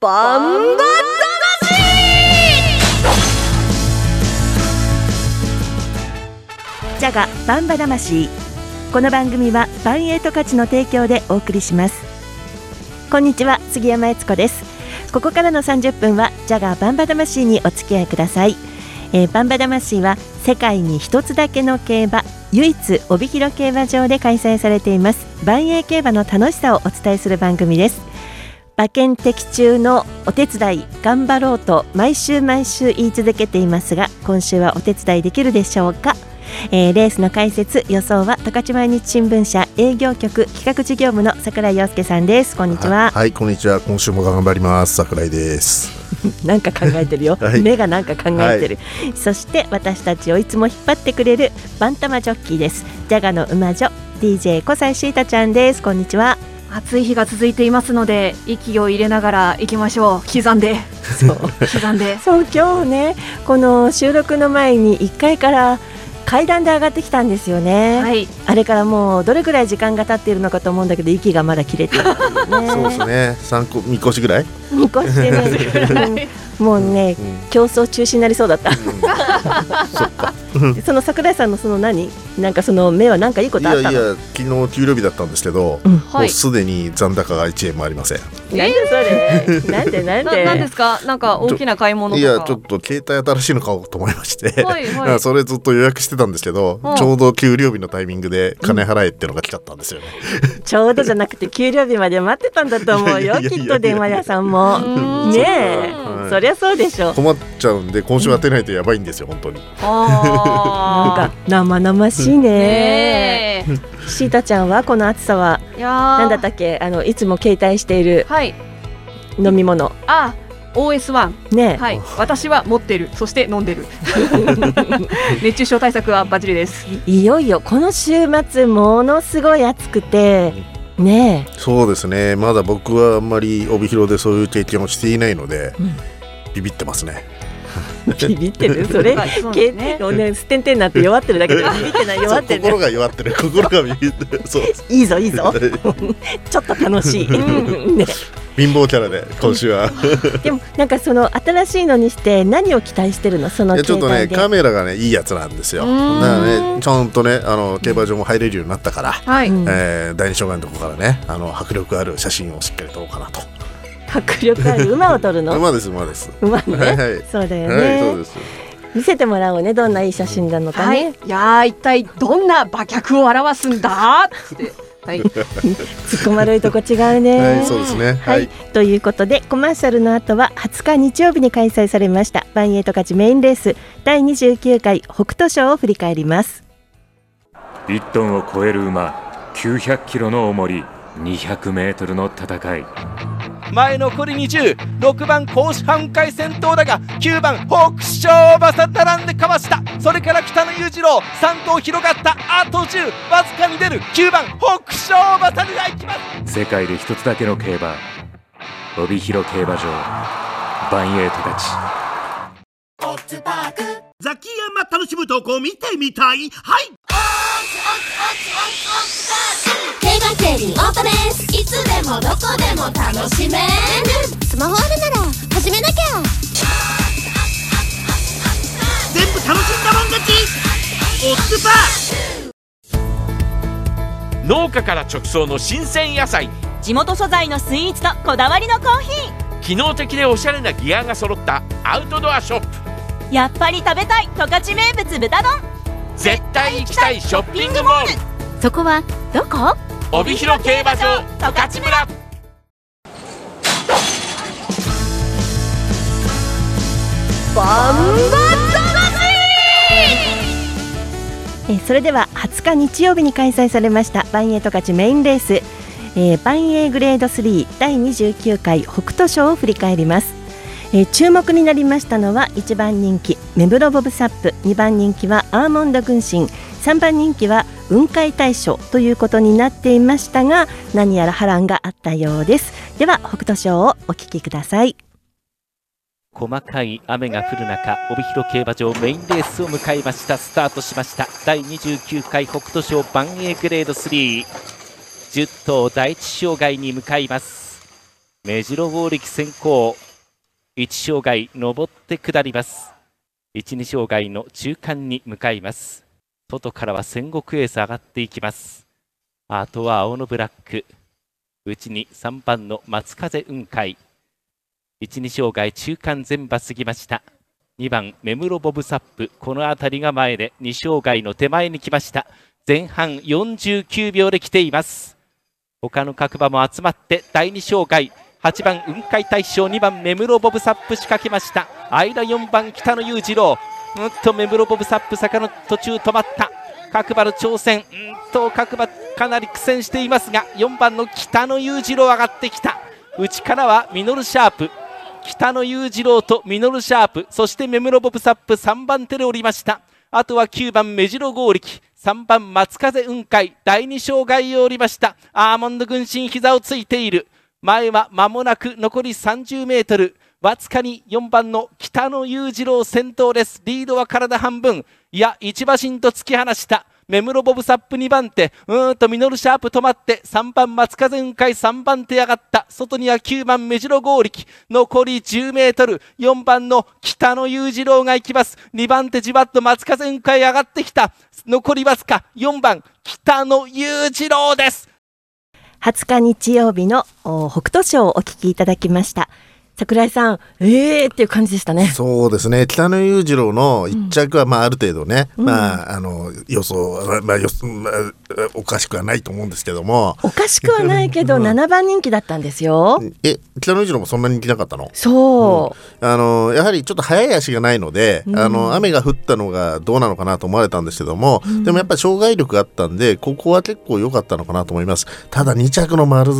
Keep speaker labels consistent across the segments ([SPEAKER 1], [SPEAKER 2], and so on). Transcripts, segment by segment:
[SPEAKER 1] バンバ魂
[SPEAKER 2] ジャガバンバ魂この番組はバンエイト価値の提供でお送りしますこんにちは杉山悦子ですここからの30分はジャガバンバ魂にお付き合いください、えー、バンバ魂は世界に一つだけの競馬唯一帯広競馬場で開催されています万栄競馬の楽しさをお伝えする番組です馬券的中のお手伝い頑張ろうと毎週毎週言い続けていますが今週はお手伝いできるでしょうかえー、レースの解説予想は十勝毎日新聞社営業局企画事業部の桜井陽介さんですこんにちは、
[SPEAKER 3] はい、はい、こんにちは今週も頑張ります桜井です
[SPEAKER 2] なんか考えてるよ、 はい、目がなんか考えてる、はい、そして私たちをいつも引っ張ってくれるバンタマジョッキーですジャガの馬女 DJ 小西シータちゃんですこんにちは
[SPEAKER 4] 暑い日が続いていますので息を入れながら行きましょう刻んで
[SPEAKER 2] そう
[SPEAKER 4] 刻んで
[SPEAKER 2] そう今日ねこの収録の前に1階から階段で上がってきたんですよ ね、はい、あれからもうどれくらい時間が経っているのかと思うんだけど息がまだ切れてる、ね、
[SPEAKER 3] そうですね三個みこしぐらい
[SPEAKER 2] みこしで ねうん、もうね、うん、競争中止になりそうだった、うん、その桜井さんのその何なんかその目はなんかいいことあった
[SPEAKER 3] いやいや昨日給料日だったんですけど、うん、もうすでに残高が1円もありません、
[SPEAKER 2] なん でそれ、なんでなんで、
[SPEAKER 4] なんですか、なんか大きな買い物
[SPEAKER 3] いや、ちょっと携帯新しいの買おうと思いまして、 はいはい、それずっと予約してたんですけど、ちょうど給料日のタイミングで金払えってのが来ちゃったんですよね。
[SPEAKER 2] うん、ちょうどじゃなくて、給料日まで待ってたんだと思うよ、きっと電話屋さんも。ねえ、はい、そりゃそうでしょ
[SPEAKER 3] 困っちゃうんで、今週当てないとやばいんですよ、本当に。
[SPEAKER 2] あなんか生々しいね。ねシータちゃんはこの暑さは、なんだったっけ、あのいつも携帯している。はい、飲み物
[SPEAKER 4] あ OS1
[SPEAKER 2] ね
[SPEAKER 4] はい私は持ってるそして飲ん でる熱中症対策はバチリです
[SPEAKER 2] いよいよこの週末ものすごい暑くてね
[SPEAKER 3] そうですねまだ僕はあんまり帯広でそういう経験をしていないので、うん、ビビってますね
[SPEAKER 2] ビビってるそれ、そね、ね、ステンテンになって弱ってるだ けでビビってない弱ってる、ね、
[SPEAKER 3] 心が 弱ってる心がビビってるそう
[SPEAKER 2] いいぞいい ぞちょっと楽しい、ね、
[SPEAKER 3] 貧乏キャラで今週 は
[SPEAKER 2] でもなんかその新しいのにして何を期待してるのその
[SPEAKER 3] ちょっとねカメラがねいいやつなんですよだからねちゃんとねあの競馬場も入れるようになったから、うん、はい、えー、第二障害のとこからねあの迫力ある写真をしっかり撮ろうかなと。
[SPEAKER 2] 迫力ある馬を取るの
[SPEAKER 3] 馬です馬です
[SPEAKER 2] 馬ね、はいはい、そうだよね、はい、見せてもらおうねどんないい写真なのかね、
[SPEAKER 4] いや一体どんな馬脚を表すんだっては い、突っ
[SPEAKER 2] 込まれるとこ違うね。
[SPEAKER 3] はい、そうですね。
[SPEAKER 2] はい、ということで、コマーシャルの後は20日日曜日に開催されました。バンエイト勝ちメインレース第29回北斗賞を振り返ります。
[SPEAKER 5] 1トンを超える馬、900キロの重り、200メートルの戦い。
[SPEAKER 6] 前残り206番甲子半回戦闘だが9番北勝馬さん並んでかわしたそれから北野裕次郎3頭広がったあと10わずかに出る9番北勝馬さんがいきます
[SPEAKER 5] 世界で一つだけの競馬帯広競馬場バンエイトたち
[SPEAKER 7] ザキヤマ楽しむ投稿見てみたいはい
[SPEAKER 8] 競馬競輪オートですいつでもどこでも楽しめるスマホあるなら始めなきゃ
[SPEAKER 7] 全部楽しんだもん勝ちオッズ
[SPEAKER 9] パー農家から直送の新鮮野菜
[SPEAKER 10] 地元素材のスイーツとこだわりのコーヒ
[SPEAKER 9] ー機能的でおしゃれなギアが揃ったアウトドアショッ
[SPEAKER 10] プやっぱり食べたい十勝名物豚丼
[SPEAKER 9] 絶対行きたいショッピングモール
[SPEAKER 10] そこはどこ
[SPEAKER 9] 帯広競馬場十勝村
[SPEAKER 1] バンバ
[SPEAKER 2] えそれでは20日日曜日に開催されましたバンエイト勝ちメインレース、えー、バンエイグレード3第29回北斗賞を振り返ります、えー、注目になりましたのは1番人気目黒ボブサップ2番人気はアーモンド軍神3番人気は雲海大賞ということになっていましたが何やら波乱があったようですでは北斗賞をお聞きください
[SPEAKER 11] 細かい雨が降る中帯広競馬場メインレースを迎えましたスタートしました第29回北斗賞万栄グレード310頭第一障害に向かいます目白剛力先行1障害上って下ります12障害の中間に向かいます外からは戦国エース上がっていきますあとは青のブラック内に3番の松風雲海12障害中間全場過ぎました2番目室ボブサップこの辺りが前で2障害の手前に来ました前半49秒で来ています他の各馬も集まって第2障害8番雲海大賞2番目室ボブサップ仕掛けました間4番北野裕次郎うんと目室ボブサップ坂の途中止まった各馬の挑戦うんと各馬かなり苦戦していますが4番の北野裕次郎上がってきた内からはミノルシャープ北野裕次郎とミノルシャープそして目室ボブサップ3番手で降りましたあとは9番目白剛力3番松風雲海第2障害を降りましたアーモンド軍神膝をついている前は間もなく残り30メートルわずかに4番の北野裕次郎先頭ですリードは体半分いや一馬身と突き放した目室ボブサップ2番手うーんとミノルシャープ止まって3番松風雲海3番手上がった外には9番目白剛力残り10メートル4番の北野裕次郎が行きます2番手じわっと松風雲海上がってきた残りわずか4番北野裕次郎です
[SPEAKER 2] 20日日曜日のお北斗賞をお聞きいただきました桜井さんええー、っていう感じでしたね
[SPEAKER 3] そうですね北野裕次郎の一着は、まあある程度ね、うん、まああの予想、まあ予想まあ、おかしくはないと思うんですけども
[SPEAKER 2] おかしくはないけど7番人気だったんですよ
[SPEAKER 3] え北野裕次郎もそんな人気なかったの、
[SPEAKER 2] そう
[SPEAKER 3] うん、あのやはりちょっと早い足がないので、うん、あの雨が降ったのがどうなのかなと思われたんですけども、でもやっぱり障害力があったんでここは結構良かったのかなと思いますただ2着の丸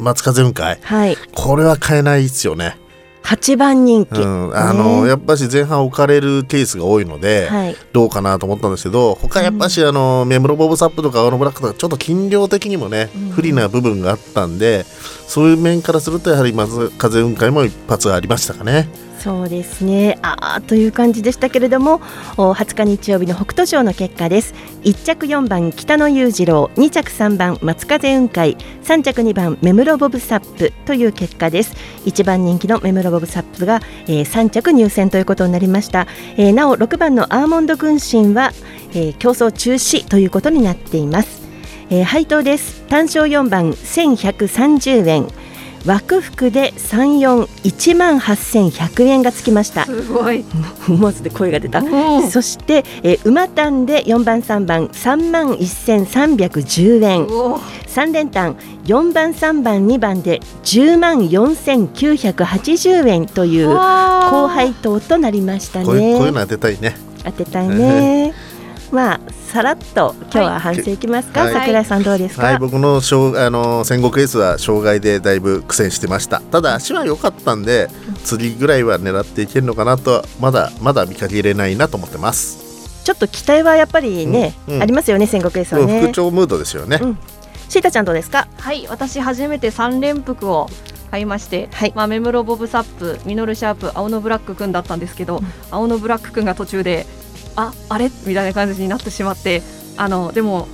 [SPEAKER 3] 松風雲海、
[SPEAKER 2] はい、
[SPEAKER 3] これは買えないですよね、
[SPEAKER 2] 8番人気、うん
[SPEAKER 3] あの、ね、やっぱし前半置かれるケースが多いので、はい、どうかなと思ったんですけど他やっぱし、あのメムロボブサップとか青のブラックとかちょっと斤量的にもね、うん、不利な部分があったんでそういう面からするとやはりまず風雲海も一発ありましたかね。
[SPEAKER 2] そうですねああという感じでしたけれども20日日曜日の北斗賞の結果です1着4番北野裕次郎2着3番松風雲海3着2番目室ボブサップという結果です1番人気の目室ボブサップが、えー、3着入選ということになりました、えー、なお6番のアーモンド軍神は、えー、競争中止ということになっています、えー、配当です単勝4番1130円枠服で三四一万八千百円がつきました。
[SPEAKER 4] すごい。
[SPEAKER 2] 思わずで声が出た。そして、えー、馬単で四番三番三万一千三百十円。三連単四番三番二番で十万四千九百八十円という高配当となりましたね。こ
[SPEAKER 3] ういうの当てたいね。
[SPEAKER 2] 当てたいね。まあさらっと今日は反省いきますか、はい、桜井さんどうですか、
[SPEAKER 3] はい、僕のしょうあの戦国エースは障害でだいぶ苦戦してましたただ足は良かったんで次ぐらいは狙っていけるのかなとまだまだ見かけれないなと思ってます
[SPEAKER 2] ちょっと期待はやっぱりね、うんうん、ありますよね戦国エースはね
[SPEAKER 3] 復調ムードですよね、うん、
[SPEAKER 2] シータちゃんどうですか
[SPEAKER 4] はい私初めて三連服を買いまして、はい、まあ、目室ボブサップ、ミノルシャープ、青のブラック君だったんですけど、青のブラック君が途中でああれみたいな感じになってしまってあのでも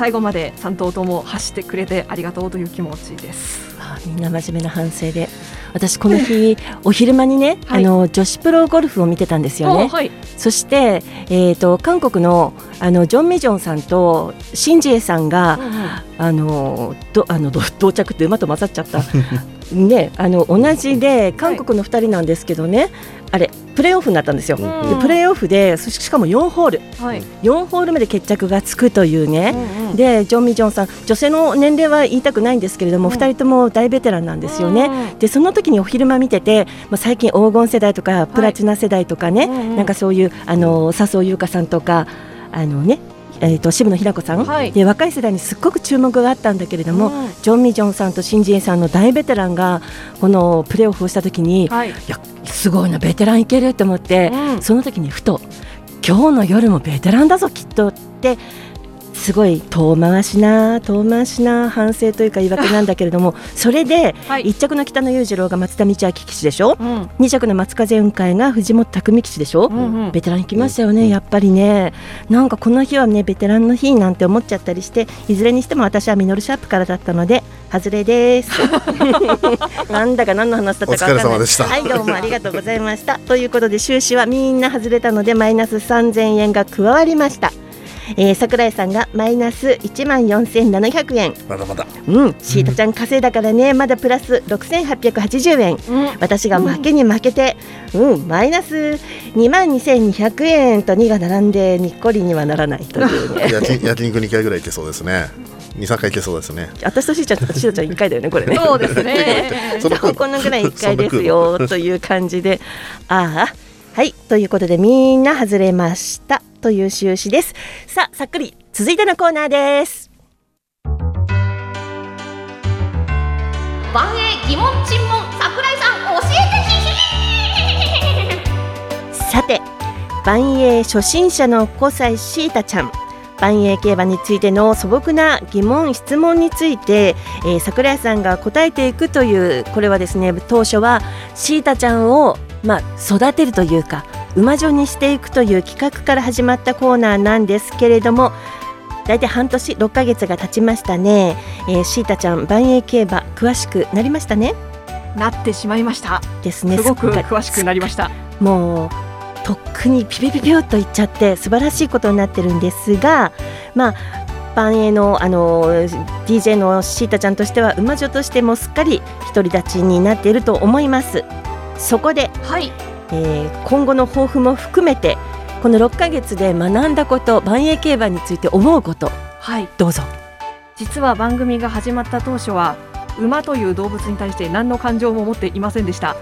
[SPEAKER 4] 最後まで3頭とも走ってくれてありがとうという気持ちです
[SPEAKER 2] あみんな真面目な反省で私この日お昼間にね、はい、あの女子プロゴルフを見てたんですよね、はい、そして、えーと、と韓国のあのジョン・ミジョンさんとシン・ジエさんが、うん、あのどあの到着って馬と混ざっちゃった ね、あの同じで韓国の2人なんですけどね、はい、あれプレーオフになったんですよ、うん、でプレーオフでしかも4ホール、はい、4ホール目で決着がつくというね、うんうん、でジョン・ミジョンさん女性の年齢は言いたくないんですけれども、うん、2人とも大ベテランなんですよね、うん、でその時にお昼間見てて、まあ、最近黄金世代とかプラチナ世代とかね、はい、なんかそういうあの笹生優花さんとかあのねえーと、と渋野日向子さん、はい、で若い世代にすっごく注目があったんだけれども、うん、ジョン・ミジョンさんとシン・ジエさんの大ベテランがこのプレーオフをしたときに、はい、いやすごいなベテランいけると思って、うん、その時にふと今日の夜もベテランだぞきっとって。すごい遠回しな遠回しな反省というか言い訳なんだけれどもそれで1着の北野裕次郎が松田道明騎手でしょ、2着の松風雲海が藤本匠騎手でしょ、
[SPEAKER 12] んうん
[SPEAKER 2] ベテラン行きましたよね、やっぱりねなんかこの日はねベテランの日なんて思っちゃったりしていずれにしても私はミノルシャープからだったので外れです なんだか何の話だったかわかんない
[SPEAKER 3] お疲れ様でした
[SPEAKER 2] はいどうもありがとうございましたということで収支はみんな外れたのでマイナス3000円が加わりました、えー、桜井さんがマイナス1万4700円
[SPEAKER 3] まだまだ
[SPEAKER 2] うん、シータちゃん稼いだからね、まだプラス六千八百八十円、私が負けに負けて、うん、マイナス二万二千二百円と二が並んでにっこりにはならないというね。
[SPEAKER 3] 焼き焼肉2回ぐらいいけそうですね23回いけそうですね
[SPEAKER 2] 私としーちゃんとしーちゃん一回だよねこれね。
[SPEAKER 3] そうです ね
[SPEAKER 2] そ
[SPEAKER 3] その
[SPEAKER 2] このぐらい一回ですよという感じで、ああはいということでみんな外れましたという収支です。さあさっくり続いてのコーナーです。
[SPEAKER 8] 万英疑問沈問桜井さん教えて
[SPEAKER 2] さて万栄初心者の5歳シータちゃん万栄競馬についての素朴な疑問質問について、えー桜井さんが答えていくというこれはですね当初はシータちゃんを、まあ、育てるというか馬女にしていくという企画から始まったコーナーなんですけれども大体半年6ヶ月が経ちましたね、えー、シータちゃん万栄競馬詳しくなりましたね
[SPEAKER 4] なってしまいました
[SPEAKER 2] ですね
[SPEAKER 4] すごく
[SPEAKER 2] っかり
[SPEAKER 4] 詳しくなりました
[SPEAKER 2] もうとっくにピピピピュッといっちゃって素晴らしいことになってるんですがまあ万栄のあの DJ のシータちゃんとしては馬女としてもすっかり独り立ちになっていると思いますそこで、
[SPEAKER 4] はい
[SPEAKER 2] えー今後の抱負も含めてこの6ヶ月で学んだこと万栄競馬について思うこと
[SPEAKER 4] はい
[SPEAKER 2] どうぞ
[SPEAKER 4] 実は番組が始まった当初は馬という動物に対して何の感情も持っていませんでした。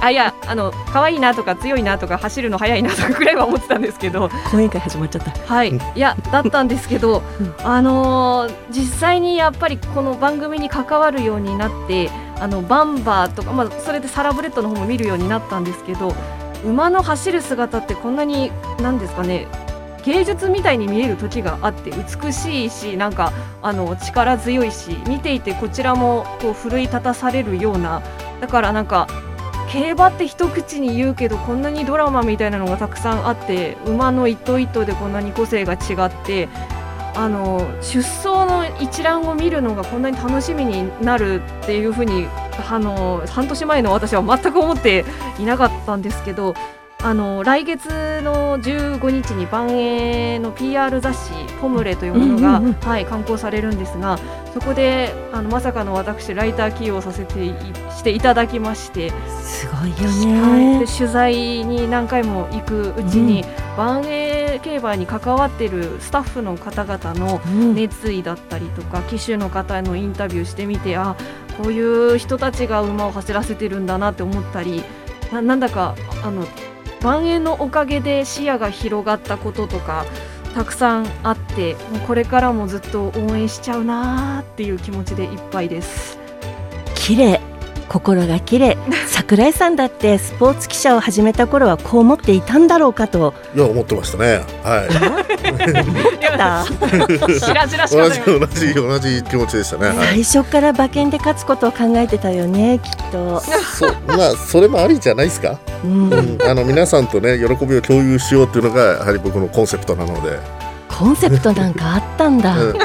[SPEAKER 4] あいやあの可愛いなとか強いなとか走るの速いなとかくらいは思ってたんですけど
[SPEAKER 2] 講演会始まっちゃった
[SPEAKER 4] はいいやだったんですけど、あのー実際にやっぱりこの番組に関わるようになってあのバンバーとか、まあ、それでサラブレッドの方も見るようになったんですけど馬の走る姿ってこんなに何ですかね芸術みたいに見える時があって美しいしなんかあの力強いし見ていてこちらもこう奮い立たされるようなだからなんか競馬って一口に言うけどこんなにドラマみたいなのがたくさんあって馬の一頭一頭でこんなに個性が違ってあの出走の一覧を見るのがこんなに楽しみになるっていうふうにあの半年前の私は全く思っていなかったんですけどあの来月の15日に万栄の PR 雑誌「ポムレ」というものが、
[SPEAKER 12] うんうんうん
[SPEAKER 4] はい、刊行されるんですがそこであのまさかの私ライター起用させていしていただきまして。
[SPEAKER 2] すごいよ
[SPEAKER 4] はい、
[SPEAKER 2] ね
[SPEAKER 4] で取材に何回も行くうちに、
[SPEAKER 2] う
[SPEAKER 4] 万栄競馬に関わってるスタッフの方々の
[SPEAKER 2] うん
[SPEAKER 4] 熱意だったりとか、騎手の方へのインタビューしてみてあこういう人たちが馬を走らせてるんだなって思ったりななんだかあの万栄のおかげで視野が広がったこととかたくさんあってもうこれからもずっと応援しちゃうなーっていう気持ちでいっぱいです。
[SPEAKER 2] 綺麗心が綺麗桜井さんだってスポーツ記者を始めた頃はこう思っていたんだろうかと
[SPEAKER 3] いや思ってましたねは
[SPEAKER 2] た
[SPEAKER 3] い
[SPEAKER 2] 白々しか
[SPEAKER 3] 同
[SPEAKER 2] ない
[SPEAKER 3] じ同じ同じ気持ちでしたねはい
[SPEAKER 2] 最初から馬券で勝つことを考えてたよねきっと
[SPEAKER 3] そうまあそれもありじゃないですか、
[SPEAKER 2] うん
[SPEAKER 3] あの皆さんとね喜びを共有しようっていうのがやはり僕のコンセプトなので、
[SPEAKER 2] コンセプトなんかあったんだ、
[SPEAKER 3] うんは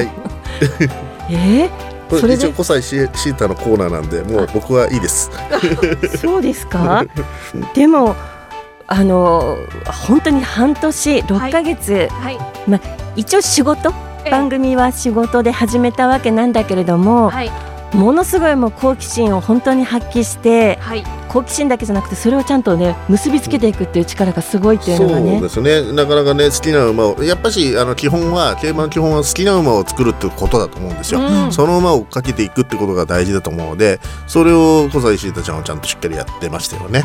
[SPEAKER 3] い
[SPEAKER 2] えー
[SPEAKER 3] こ
[SPEAKER 2] そ
[SPEAKER 3] れ
[SPEAKER 2] れ
[SPEAKER 3] 一応
[SPEAKER 2] で
[SPEAKER 3] 5歳シータのコーナーなんでもう僕はいいです
[SPEAKER 2] そうですかでもあの本当に半年6ヶ月、
[SPEAKER 4] はい
[SPEAKER 2] まあ、一応仕事、番組は仕事で始めたわけなんだけれども、
[SPEAKER 4] はい
[SPEAKER 2] ものすごいもう好奇心を本当に発揮して、
[SPEAKER 4] はい
[SPEAKER 2] 好奇心だけじゃなくてそれをちゃんとね結びつけていくっていう力がすごいっていう
[SPEAKER 3] そ
[SPEAKER 2] のが
[SPEAKER 3] う
[SPEAKER 2] ね
[SPEAKER 3] ですねなかなかね好きな馬をやっぱしあの基本は競馬の基本は好きな馬を作るってことだと思うんですよ、
[SPEAKER 2] うん
[SPEAKER 3] その馬を追っかけていくってことが大事だと思うのでそれを小西シータちゃんはちゃんとしっかりやってましたよね、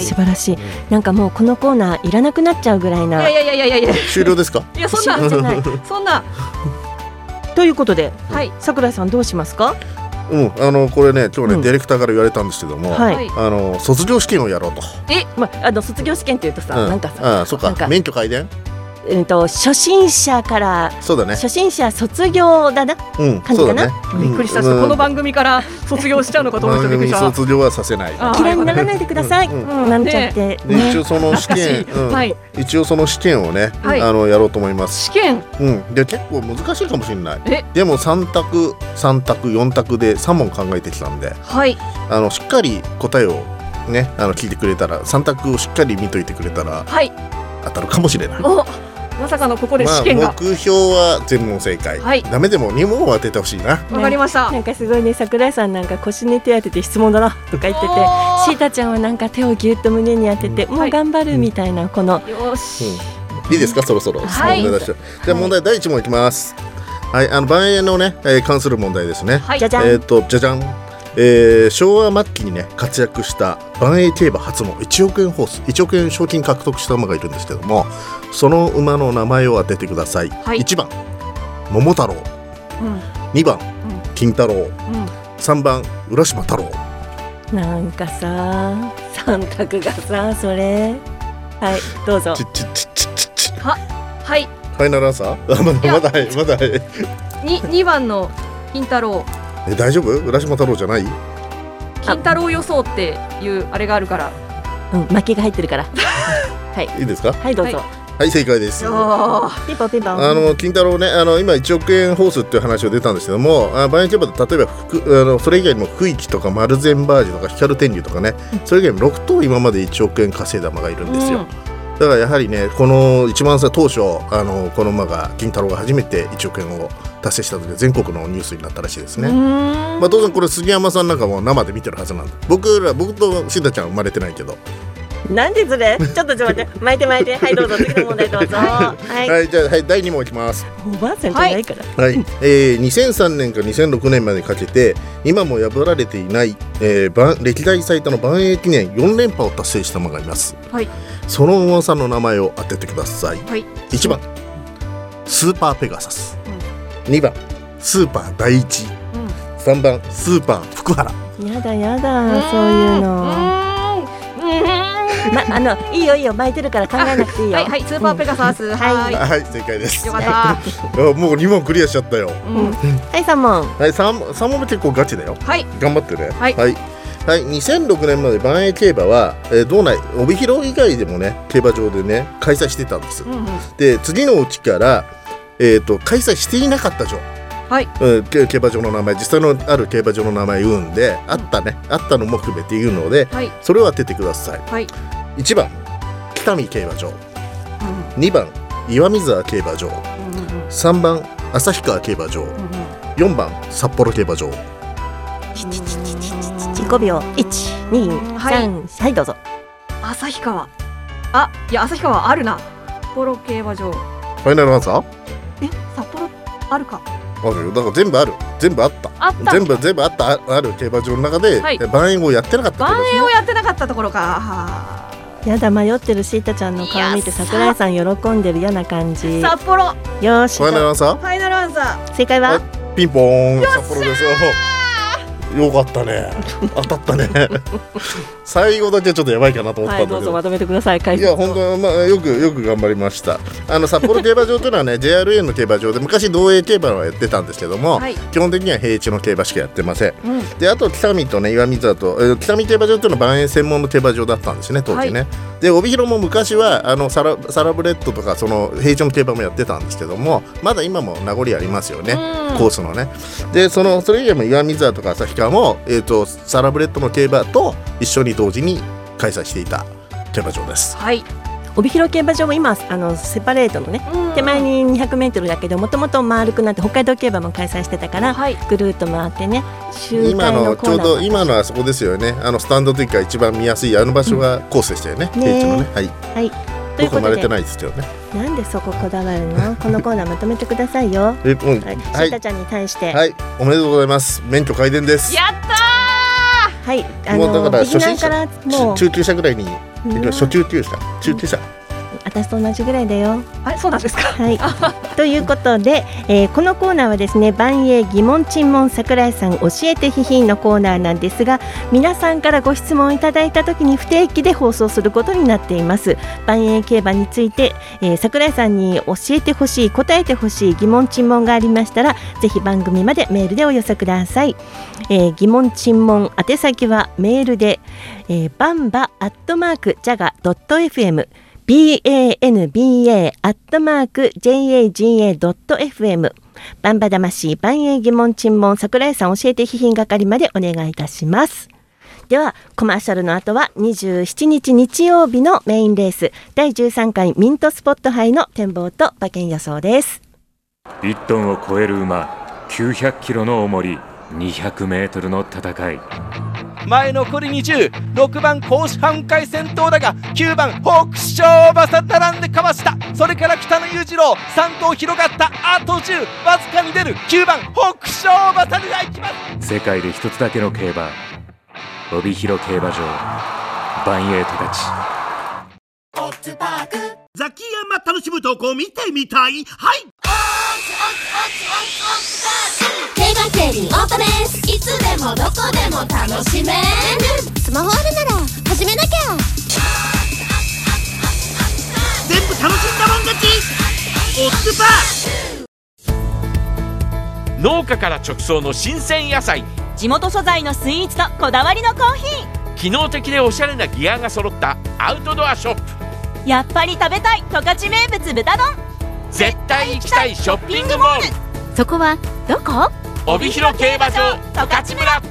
[SPEAKER 2] 素晴らしい、なんかもうこのコーナーいらなくなっちゃうぐらいない
[SPEAKER 4] やいやいやいやいや
[SPEAKER 3] 終了ですか
[SPEAKER 4] いやそんな
[SPEAKER 2] 知らない
[SPEAKER 4] そんな
[SPEAKER 2] ということで、
[SPEAKER 4] はい
[SPEAKER 2] 桜井さんどうしますか
[SPEAKER 3] うん、あのこれね今日ね、ディレクターから言われたんですけども、
[SPEAKER 2] はい
[SPEAKER 3] あの卒業試験をやろうと、
[SPEAKER 2] え、まあの卒業試験っていうとさ、
[SPEAKER 3] うん
[SPEAKER 2] なんかさ
[SPEAKER 3] ああそうか免許改伝
[SPEAKER 2] えうんと初心者から
[SPEAKER 3] そうだね
[SPEAKER 2] 初心者卒業だな、
[SPEAKER 3] うん
[SPEAKER 2] 感じかな、
[SPEAKER 3] そうだね
[SPEAKER 4] びっくりした、
[SPEAKER 3] うん
[SPEAKER 4] この番組から卒業しちゃうのかと思ってびっくりし
[SPEAKER 3] 番
[SPEAKER 4] た
[SPEAKER 3] 組卒業はさせない
[SPEAKER 4] あー
[SPEAKER 2] 嫌いにならないでください、なんちゃって、
[SPEAKER 3] で一応その試験、
[SPEAKER 4] 懐かしい
[SPEAKER 3] うん
[SPEAKER 4] はい
[SPEAKER 3] 一応その試験をね、
[SPEAKER 4] はい
[SPEAKER 3] あのやろうと思います
[SPEAKER 4] 試験
[SPEAKER 3] うん、で結構難しいかもしれない
[SPEAKER 4] え
[SPEAKER 3] でも3択3択4択で3問考えてきたんで
[SPEAKER 4] はい
[SPEAKER 3] あのしっかり答えをねあの聞いてくれたら3択をしっかり見といてくれたら
[SPEAKER 4] はい
[SPEAKER 3] 当たるかもしれない、
[SPEAKER 4] おまさかのここで
[SPEAKER 3] まあ
[SPEAKER 4] 試験が、
[SPEAKER 3] 目標は全問正解、
[SPEAKER 4] はい
[SPEAKER 3] ダメでも2問は当ててほしいな
[SPEAKER 4] わかりました
[SPEAKER 2] なんかすごいね桜井さんなんか腰に手当てて質問だなとか言っててシータちゃんはなんか手をぎゅっと胸に当てて、もう頑張るみたいなこの、
[SPEAKER 4] よし、
[SPEAKER 3] いいですかそろそろ質
[SPEAKER 2] はい
[SPEAKER 3] 問題出して、じゃあ問題第1問いきますはいあの万円のね、えー関する問題ですね、
[SPEAKER 2] はいじゃじゃん
[SPEAKER 3] えっ、とじゃじゃんえー昭和末期にね活躍した万栄競馬初の1億円ホース1億円賞金獲得した馬がいるんですけどもその馬の名前を当ててください、
[SPEAKER 4] はい
[SPEAKER 3] 1番桃太郎2番、金太郎3番浦島太郎
[SPEAKER 2] なんかさ三択がさそれはいどうぞ
[SPEAKER 3] ちちちちちち
[SPEAKER 4] ははい
[SPEAKER 3] ファイナルアンサーあ まだまだはいまだはい
[SPEAKER 4] に二番の金太郎
[SPEAKER 3] え大丈夫浦島太郎じゃない
[SPEAKER 4] 金太郎予想っていうあれがあるから
[SPEAKER 2] うん負けが入ってるからはい
[SPEAKER 3] いいですか
[SPEAKER 2] はいどうぞ、
[SPEAKER 3] はい正解です
[SPEAKER 2] ピンポンピンポン
[SPEAKER 3] あの金太郎ねあの今1億円ホースっていう話が出たんですけどもあバイオ競馬で例えば福あのそれ以外にも福域とか丸善バージとか光天竜とかねそれ以外にも6頭今まで1億円稼いだ馬がいるんですよ、
[SPEAKER 4] うん
[SPEAKER 3] だからやはりねこの一番さ当初あのこの馬が金太郎が初めて1億円を達成した時全国のニュースになったらしいですねまあ当然これ杉山さんなんかも生で見てるはずなんで僕ら僕とシータちゃんは生まれてないけど
[SPEAKER 2] なんでそれちょっとちょっと待って巻いて巻いてはいどうぞ次の問題どうぞは、
[SPEAKER 3] はいい、じゃあ、はい、第2問いきます
[SPEAKER 2] おばあちゃんじゃないから、
[SPEAKER 3] はい、えー、2003年から2006年までかけて今も破られていない、えー、ばん歴代最多の万栄記念4連覇を達成した馬がいます
[SPEAKER 4] はい
[SPEAKER 3] その馬さんの名前を当ててください、
[SPEAKER 4] はい
[SPEAKER 3] 1番スーパーペガサス、2番スーパー第一、3番スーパー福原
[SPEAKER 2] やだやだそういうのまあのいいよいいよ巻いてるから考えなくていいよ
[SPEAKER 4] はいはいスーパーペガサス
[SPEAKER 2] うん
[SPEAKER 4] は
[SPEAKER 2] はいい
[SPEAKER 3] はい正解です
[SPEAKER 4] よかった
[SPEAKER 3] あもう2問クリアしちゃったよ、
[SPEAKER 4] うん
[SPEAKER 2] はい三問
[SPEAKER 3] はい三問三問目結構ガチだよ
[SPEAKER 4] はい
[SPEAKER 3] 頑張ってね
[SPEAKER 4] はい
[SPEAKER 3] はい、はい2006年まで万栄競馬は、えー道内帯広以外でもね競馬場でね開催してたんです、
[SPEAKER 4] うんうん
[SPEAKER 3] で次のうちから、えー、と開催していなかった場、
[SPEAKER 4] はい
[SPEAKER 3] うん、け競馬場の名前実際のある競馬場の名前言うんであったね、あったのも含めて言うので、
[SPEAKER 4] はい
[SPEAKER 3] それを当ててください
[SPEAKER 4] はい
[SPEAKER 3] 1番北見競馬場、2番岩見沢競馬場、3番旭川競馬場、4番札幌競馬場
[SPEAKER 2] 5秒一二三はいどうぞ
[SPEAKER 4] 旭川あいや旭川あるな札幌競馬場
[SPEAKER 3] ファイナルアンサー
[SPEAKER 4] 札幌あるか
[SPEAKER 3] あるよだから全部ある全部あった
[SPEAKER 4] あった
[SPEAKER 3] 全部全部あったあある競馬場の中で、
[SPEAKER 4] はい
[SPEAKER 3] 番円をやってなかった競馬
[SPEAKER 4] 万
[SPEAKER 3] 場
[SPEAKER 4] 円をやってなかったところか
[SPEAKER 2] やだ迷ってるシータちゃんの顔見て桜井さん喜んでる嫌な感じ
[SPEAKER 4] 札幌
[SPEAKER 2] よーし
[SPEAKER 3] ファイナルアンサ
[SPEAKER 4] ファイナルアンサ
[SPEAKER 2] 正解は
[SPEAKER 3] ーピンポーン札幌ですよよかった ね当たったね最後だけちょっとやばいかなと思ったんだけど,、
[SPEAKER 2] とめてください解
[SPEAKER 3] いや本当まあよくよく頑張りましたあの札幌競馬場というのはね JRA の競馬場で昔道営競馬をやってたんですけども、
[SPEAKER 4] はい
[SPEAKER 3] 基本的には平地の競馬しかやってません、
[SPEAKER 4] うん
[SPEAKER 3] であと北見とね岩見沢と、えー北見競馬場っていうのは万円専門の競馬場だったんですね当時ね、
[SPEAKER 4] はい
[SPEAKER 3] で帯広も昔はあのサラサラブレッドとかその平地の競馬もやってたんですけどもまだ今も名残ありますよね、
[SPEAKER 4] うん
[SPEAKER 3] コースのねでそのそれ以外も岩見沢とか旭川も、えー、とサラブレッドの競馬と一緒に同時に開催していた競馬場です
[SPEAKER 4] はい
[SPEAKER 2] 帯広競馬場も今あのセパレートのね手前に200メートルだけどもともと丸くなって北海道競馬も開催してたから、ぐるっと回ってね周
[SPEAKER 3] 今
[SPEAKER 2] 回
[SPEAKER 3] の
[SPEAKER 2] のコ
[SPEAKER 3] ち
[SPEAKER 2] ー
[SPEAKER 3] ょう
[SPEAKER 2] ナー
[SPEAKER 3] ど今のあそこですよねあのスタンドというか一番見やすいあの場所がコースでしたよね、
[SPEAKER 2] うん
[SPEAKER 3] 平地のね
[SPEAKER 2] ね
[SPEAKER 3] はい
[SPEAKER 2] はいという
[SPEAKER 3] 僕
[SPEAKER 2] こ
[SPEAKER 3] 生ま
[SPEAKER 2] と
[SPEAKER 3] れて
[SPEAKER 2] で
[SPEAKER 3] ないですけどね
[SPEAKER 2] なんでそここだわるのこのコーナーまとめてくださいよ
[SPEAKER 3] えうん
[SPEAKER 2] はい、シ
[SPEAKER 3] は
[SPEAKER 2] ー
[SPEAKER 3] い
[SPEAKER 2] タちゃんに対して
[SPEAKER 3] はい、おめでとうございます。免許改伝です。
[SPEAKER 4] やった
[SPEAKER 2] はいあ
[SPEAKER 3] もうだ
[SPEAKER 2] の
[SPEAKER 3] から
[SPEAKER 2] ビギ
[SPEAKER 3] 初
[SPEAKER 2] ナ
[SPEAKER 3] 心
[SPEAKER 2] ーか
[SPEAKER 3] 者
[SPEAKER 2] らもう
[SPEAKER 3] 中中級者ぐらいに、
[SPEAKER 2] うん
[SPEAKER 3] 初中級者、中級者、
[SPEAKER 2] 私と同じぐらいだよ。
[SPEAKER 4] あそうなんですか、
[SPEAKER 2] はい、ということで、えーこのコーナーはですね万英疑問沈問桜井さん教えてひひのコーナーなんですが皆さんからご質問いただいた時に不定期で放送することになっています万英競馬について、えー桜井さんに教えてほしい答えてほしい疑問沈問がありましたらぜひ番組までメールでお寄せください、えー疑問沈問宛先はメールで、えー、バンバアットマークジャガドット FM banba アットマーク jaga.fm バンバ魂万英疑問沈問桜井さん教えて批評係までお願いいたします。ではコマーシャルの後は27日日曜日のメインレース第13回ミントスポット杯の展望と馬券予想です。
[SPEAKER 5] 1トンを超える馬900キロの重り200メートルの戦い
[SPEAKER 6] 前残り206番甲子半回戦闘だが9番北勝馬さん並んでかわしたそれから北野裕次郎3頭広がったあと10わずかに出る9番北勝馬さんがいきます
[SPEAKER 5] 世界で一つだけの競馬帯広競馬場万栄とたち
[SPEAKER 7] ザキヤマ楽しむ投稿見てみたいはい
[SPEAKER 8] 競馬競輪オートレースいつでもどこでも楽しめるスマホあるなら始めなきゃ
[SPEAKER 7] 全部楽しんだもん勝ちオッズパ
[SPEAKER 9] 農家から直送の新鮮野菜
[SPEAKER 10] 地元素材のスイーツとこだわりのコーヒ
[SPEAKER 9] 機能的でおしゃれなギアが揃ったアウトドアショップ
[SPEAKER 10] ーやっぱり食べたい十勝名物豚丼
[SPEAKER 9] 絶対行きたいショッピングモール
[SPEAKER 10] そこはどこ
[SPEAKER 9] 帯広競馬場
[SPEAKER 10] 十勝村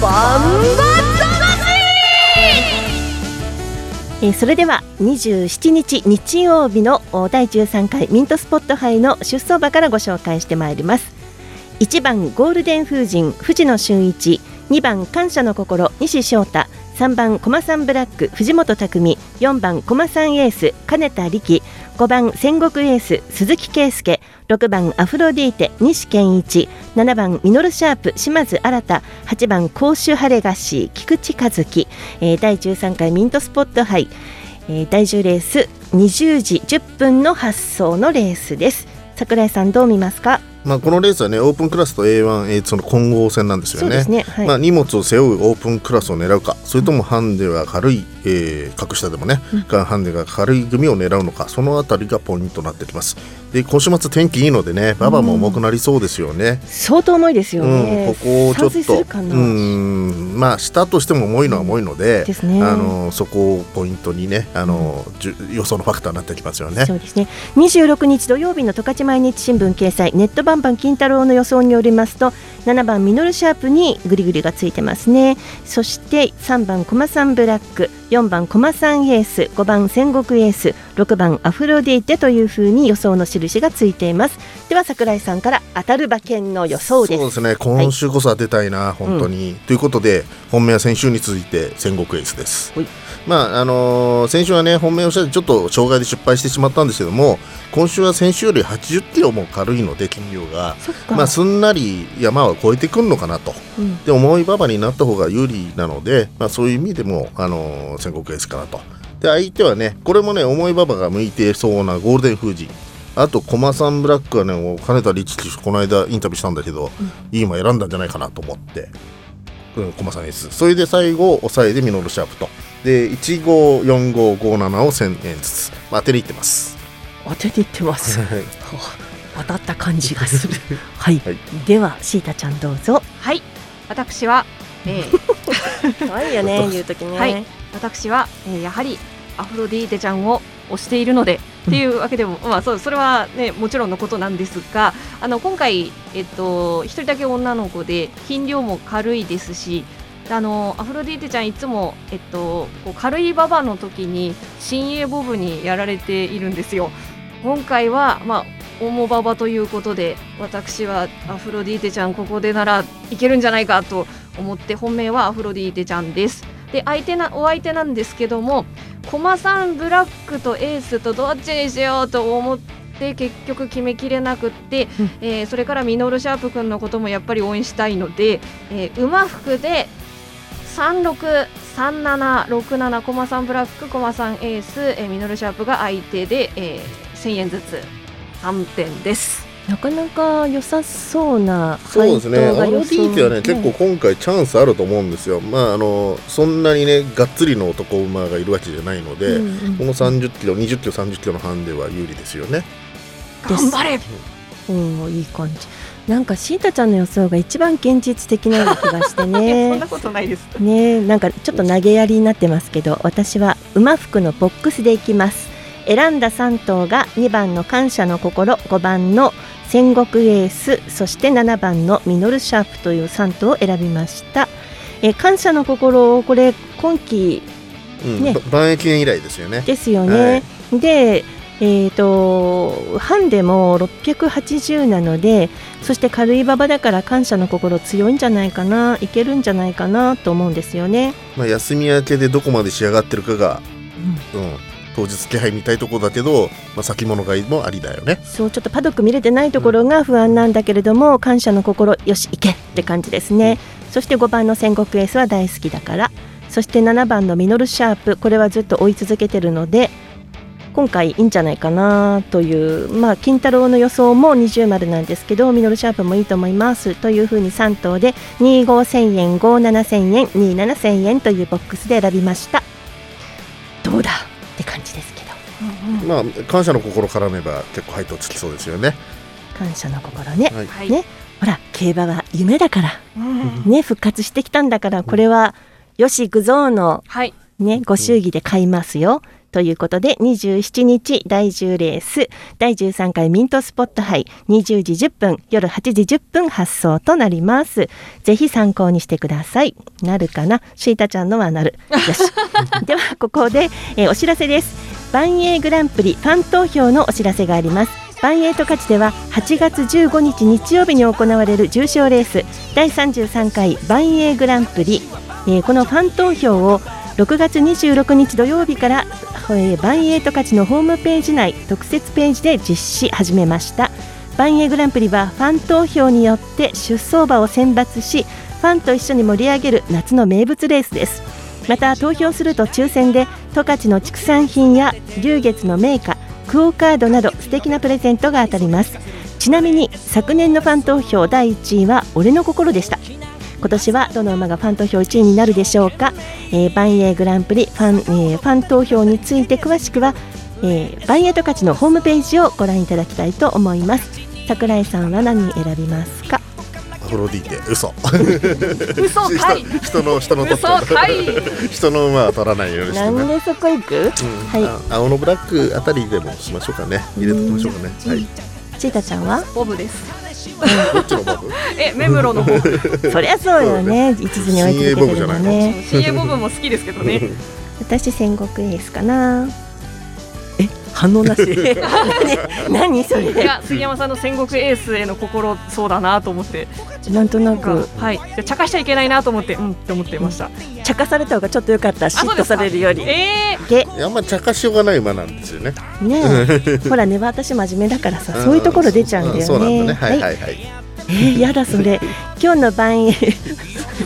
[SPEAKER 1] バンバ
[SPEAKER 2] えーそれでは27日日曜日のお第13回ミントスポット杯の出走馬からご紹介してまいります1番ゴールデン風神藤野俊一2番感謝の心西翔太3番駒さんブラック藤本拓海4番駒さんエース金田力5番戦国エース鈴木圭介6番アフロディーテ西健一7番ミノルシャープ島津新8番甲州晴れ菓子菊池和樹、えー第13回ミントスポット杯、えー第10レース20時10分の発送のレースです桜井さんどう見ますか
[SPEAKER 3] まあ、このレースはねオープンクラスと A1A2 の混合戦なんですよ
[SPEAKER 2] そ
[SPEAKER 3] ね
[SPEAKER 2] うですねはい
[SPEAKER 3] まあ、荷物を背負うオープンクラスを狙うかそれともハンデが軽い、えー格下でもね、がハンデが軽い組を狙うのかそのあたりがポイントになってきますで今週末天気いいのでね馬場も重くなりそうですよね、
[SPEAKER 2] 相当重いですよね、
[SPEAKER 3] うん、ここをちょ
[SPEAKER 2] 散水
[SPEAKER 3] っ
[SPEAKER 2] する
[SPEAKER 3] と
[SPEAKER 2] かな
[SPEAKER 3] うんまあしたとしても重いのは重いので,、
[SPEAKER 2] ですね
[SPEAKER 3] あのそこをポイントにねあの、じゅ予想のファクターになってきますよね。
[SPEAKER 2] そうですね。26日土曜日の十勝毎日新聞掲載ネットバンバン金太郎の予想によりますと7番ミノルシャープにグリグリがついてますねそして3番コマさんブラック4番コマさんエース5番戦国エース6番アフロディーテというふうに予想の印がついていますでは桜井さんから当たる馬券の予想です
[SPEAKER 3] そうですね今週こそは出たいな、本当に、ということで本命は先週に続いて戦国エースです、まああのー先週はね本命をしたでちょっと障害で失敗してしまったんですけども今週は先週より80キロも軽いので金量がまあすんなり山は越えてくるのかなと
[SPEAKER 2] うん
[SPEAKER 3] で重い馬場になった方が有利なので、まあ、そういう意味でも、あのー戦国エースかなとで相手はねこれもね重い馬場が向いてそうなゴールデンフージあと駒さんブラックはねもう金田律騎手この間インタビューしたんだけど、いい馬選んだんじゃないかなと思って、うん、駒さんエースそれで最後抑えでミノルシャープとで154557を1000円ずつ、まあ、当てにいってます
[SPEAKER 1] 当てにいってます
[SPEAKER 3] はい
[SPEAKER 2] 当たった感じがするはい、ではシータちゃんどうぞ
[SPEAKER 4] はい私は、えー、
[SPEAKER 2] 可愛いよね言う時ね
[SPEAKER 4] はい私は、えーやはりアフロディーテちゃんを推しているのでっていうわけでも、まあそうそれはねもちろんのことなんですがあの今回えっと一人だけ女の子で筋量も軽いですしであのアフロディーテちゃんいつも、えっと、こう軽いババの時に新鋭ボブにやられているんですよ。今回は、まあ、重馬場ということで私はアフロディーテちゃんここでならいけるんじゃないかと思って本命はアフロディーテちゃんです。で相手なお相手なんですけども駒さんブラックとエースとどっちにしようと思って結局決めきれなくって、えーそれからミノルシャープ君のこともやっぱり応援したいので、えー馬服で三六三七六七コマ三ブラックコマ三エースえーミノルシャープが相手でえー千、円ずつ三点です。
[SPEAKER 2] なかなか良さそうな
[SPEAKER 3] そうですね、
[SPEAKER 2] 配当
[SPEAKER 3] ア
[SPEAKER 2] が予
[SPEAKER 3] ロ
[SPEAKER 2] 想
[SPEAKER 3] ディーティはね、結構今回チャンスあると思うんですよ。まあ、あの、そんなにね、がっつりの男馬がいるわけじゃないので、
[SPEAKER 2] うんうん
[SPEAKER 3] この30キロ、20キロ、30キロのハンデは有利ですよね。
[SPEAKER 2] 頑張れおおいい感じなんかシータちゃんの予想が一番現実的なような気がしてね
[SPEAKER 4] そんなこと ないです。
[SPEAKER 2] ねえなんかちょっと投げやりになってますけど私は馬服のボックスでいきます選んだ3頭が2番の感謝の心5番の戦国エースそして7番のミノルシャープという3頭を選びましたえー感謝の心をこれ今季
[SPEAKER 3] うん。
[SPEAKER 2] ね
[SPEAKER 3] ば万駅園以来ですよね。
[SPEAKER 2] ですよね。で、えー、とハンデも680なのでそして軽い馬場だから感謝の心強いんじゃないかないけるんじゃないかなと思うんですよね。
[SPEAKER 3] まあ、休み明けでどこまで仕上がってるかが、うん、当日気配見たいとこだけど、まあ、先物買いもありだよね。
[SPEAKER 2] そうちょっとパドック見れてないところが不安なんだけれども、感謝の心よし行けって感じですね、そして5番の戦国エースは大好きだからそして7番のミノルシャープこれはずっと追い続けてるので今回いいんじゃないかなというまあ金太郎の予想も二重丸なんですけどミノルシャープもいいと思いますというふうに3頭で2 5 0 0 0円5 7 0 0 0円2 7 0 0 0円というボックスで選びましたどうだって感じですけど
[SPEAKER 3] まあ、感謝の心絡めば結構配当つきそうですよね。
[SPEAKER 2] 感謝の心ね,、
[SPEAKER 3] はい
[SPEAKER 2] ねほら競馬は夢だから、ね復活してきたんだからこれはよし行くぞーの、ね、ご祝儀で買いますよ、ということで27日第10レース第13回ミントスポット杯20時10分夜8時10分発送となりますぜひ参考にしてくださいなるかなシータちゃんのはなるよしではここで、えーお知らせです万英グランプリファン投票のお知らせがありますバンエイト勝ちでは8月15日日曜日に行われる重賞レース第33回バンエイグランプリ、えーこのファン投票を6月26日土曜日から、えーバンエイト勝ちのホームページ内特設ページで実施始めましたバンエイグランプリはファン投票によって出走馬を選抜しファンと一緒に盛り上げる夏の名物レースですまた投票すると抽選で十勝の畜産品や龍月の銘菓クオ・カードなど素敵なプレゼントが当たりますちなみに昨年のファン投票第1位は「俺の心」でした今年はどの馬がファン投票1位になるでしょうか、えー、バンエイグランプリファン、えーファン投票について詳しくは、えー、バンエイト勝ちのホームページをご覧いただきたいと思います桜井さんは何選びますか
[SPEAKER 3] アフロディーテ、嘘。
[SPEAKER 2] 嘘かい
[SPEAKER 3] 人人の、人の取っ
[SPEAKER 2] 嘘かい
[SPEAKER 3] 人の馬は取らないようにして
[SPEAKER 2] な
[SPEAKER 3] ね
[SPEAKER 2] ん。でそこ行く、はい
[SPEAKER 3] あ青のブラックあたりでもしましょうかね入れておきましょうかねはい
[SPEAKER 2] チータちゃんは
[SPEAKER 4] ボブです。
[SPEAKER 3] どっちのボブ
[SPEAKER 4] え目黒のボブ。
[SPEAKER 2] そりゃそうよね一時に追いかけてるのね
[SPEAKER 4] CA ボブも好きですけどね。
[SPEAKER 2] 私戦国エースかな
[SPEAKER 1] 反応なし
[SPEAKER 2] 何それ
[SPEAKER 4] いや杉山さんの戦国エースへの心そうだなと思って
[SPEAKER 2] なんとな
[SPEAKER 4] なん
[SPEAKER 2] く
[SPEAKER 4] かはいで茶化しちゃいけないなと思ってうんって思ってました
[SPEAKER 2] 茶化された方がちょっと良かった嫉
[SPEAKER 4] そう
[SPEAKER 2] 妬
[SPEAKER 4] ですか
[SPEAKER 2] されるより
[SPEAKER 4] え
[SPEAKER 2] ー、げ
[SPEAKER 3] あんま茶化しようがない馬なんですよね
[SPEAKER 2] ね えほらね私真面目だからさ
[SPEAKER 3] うん
[SPEAKER 2] そういうところ出ちゃうんだよね
[SPEAKER 3] そうなんだねはいはいはい
[SPEAKER 2] えー、やだそ れ今日の晩へや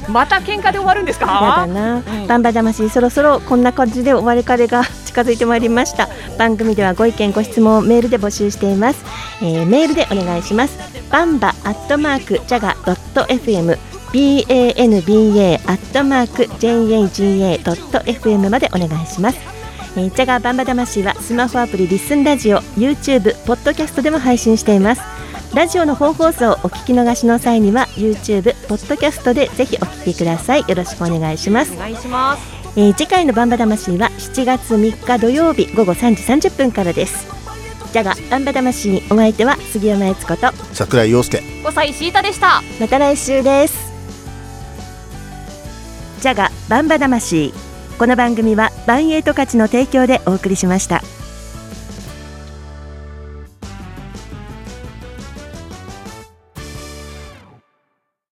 [SPEAKER 4] また喧嘩で終わるんです
[SPEAKER 2] だ
[SPEAKER 4] か
[SPEAKER 2] なバンバ魂そろそろこんな感じでお別れが近づいてまいりました番組ではご意見ご質問をメールで募集しています、えー、メールでお願いしますバンバアットマークジャガドット FM banba アットマーク jaga ドット FM までお願いしますえー、ジャガーバンバ魂はスマホアプリリッスンラジオ YouTube ポッドキャストでも配信していますラジオの本放送をお聞き逃しの際には YouTube ポッドキャストでぜひお聞きくださいよろしくお願いします
[SPEAKER 4] お願いします
[SPEAKER 2] えー次回のバンバ魂は7月3日土曜日午後3時30分からですジャガーバンバ魂お相手は杉山悦子と
[SPEAKER 3] 桜井陽介
[SPEAKER 4] 5歳シータでした
[SPEAKER 2] また来週ですジャガバンバ魂この番組はバンエイト価値の提供でお送りしました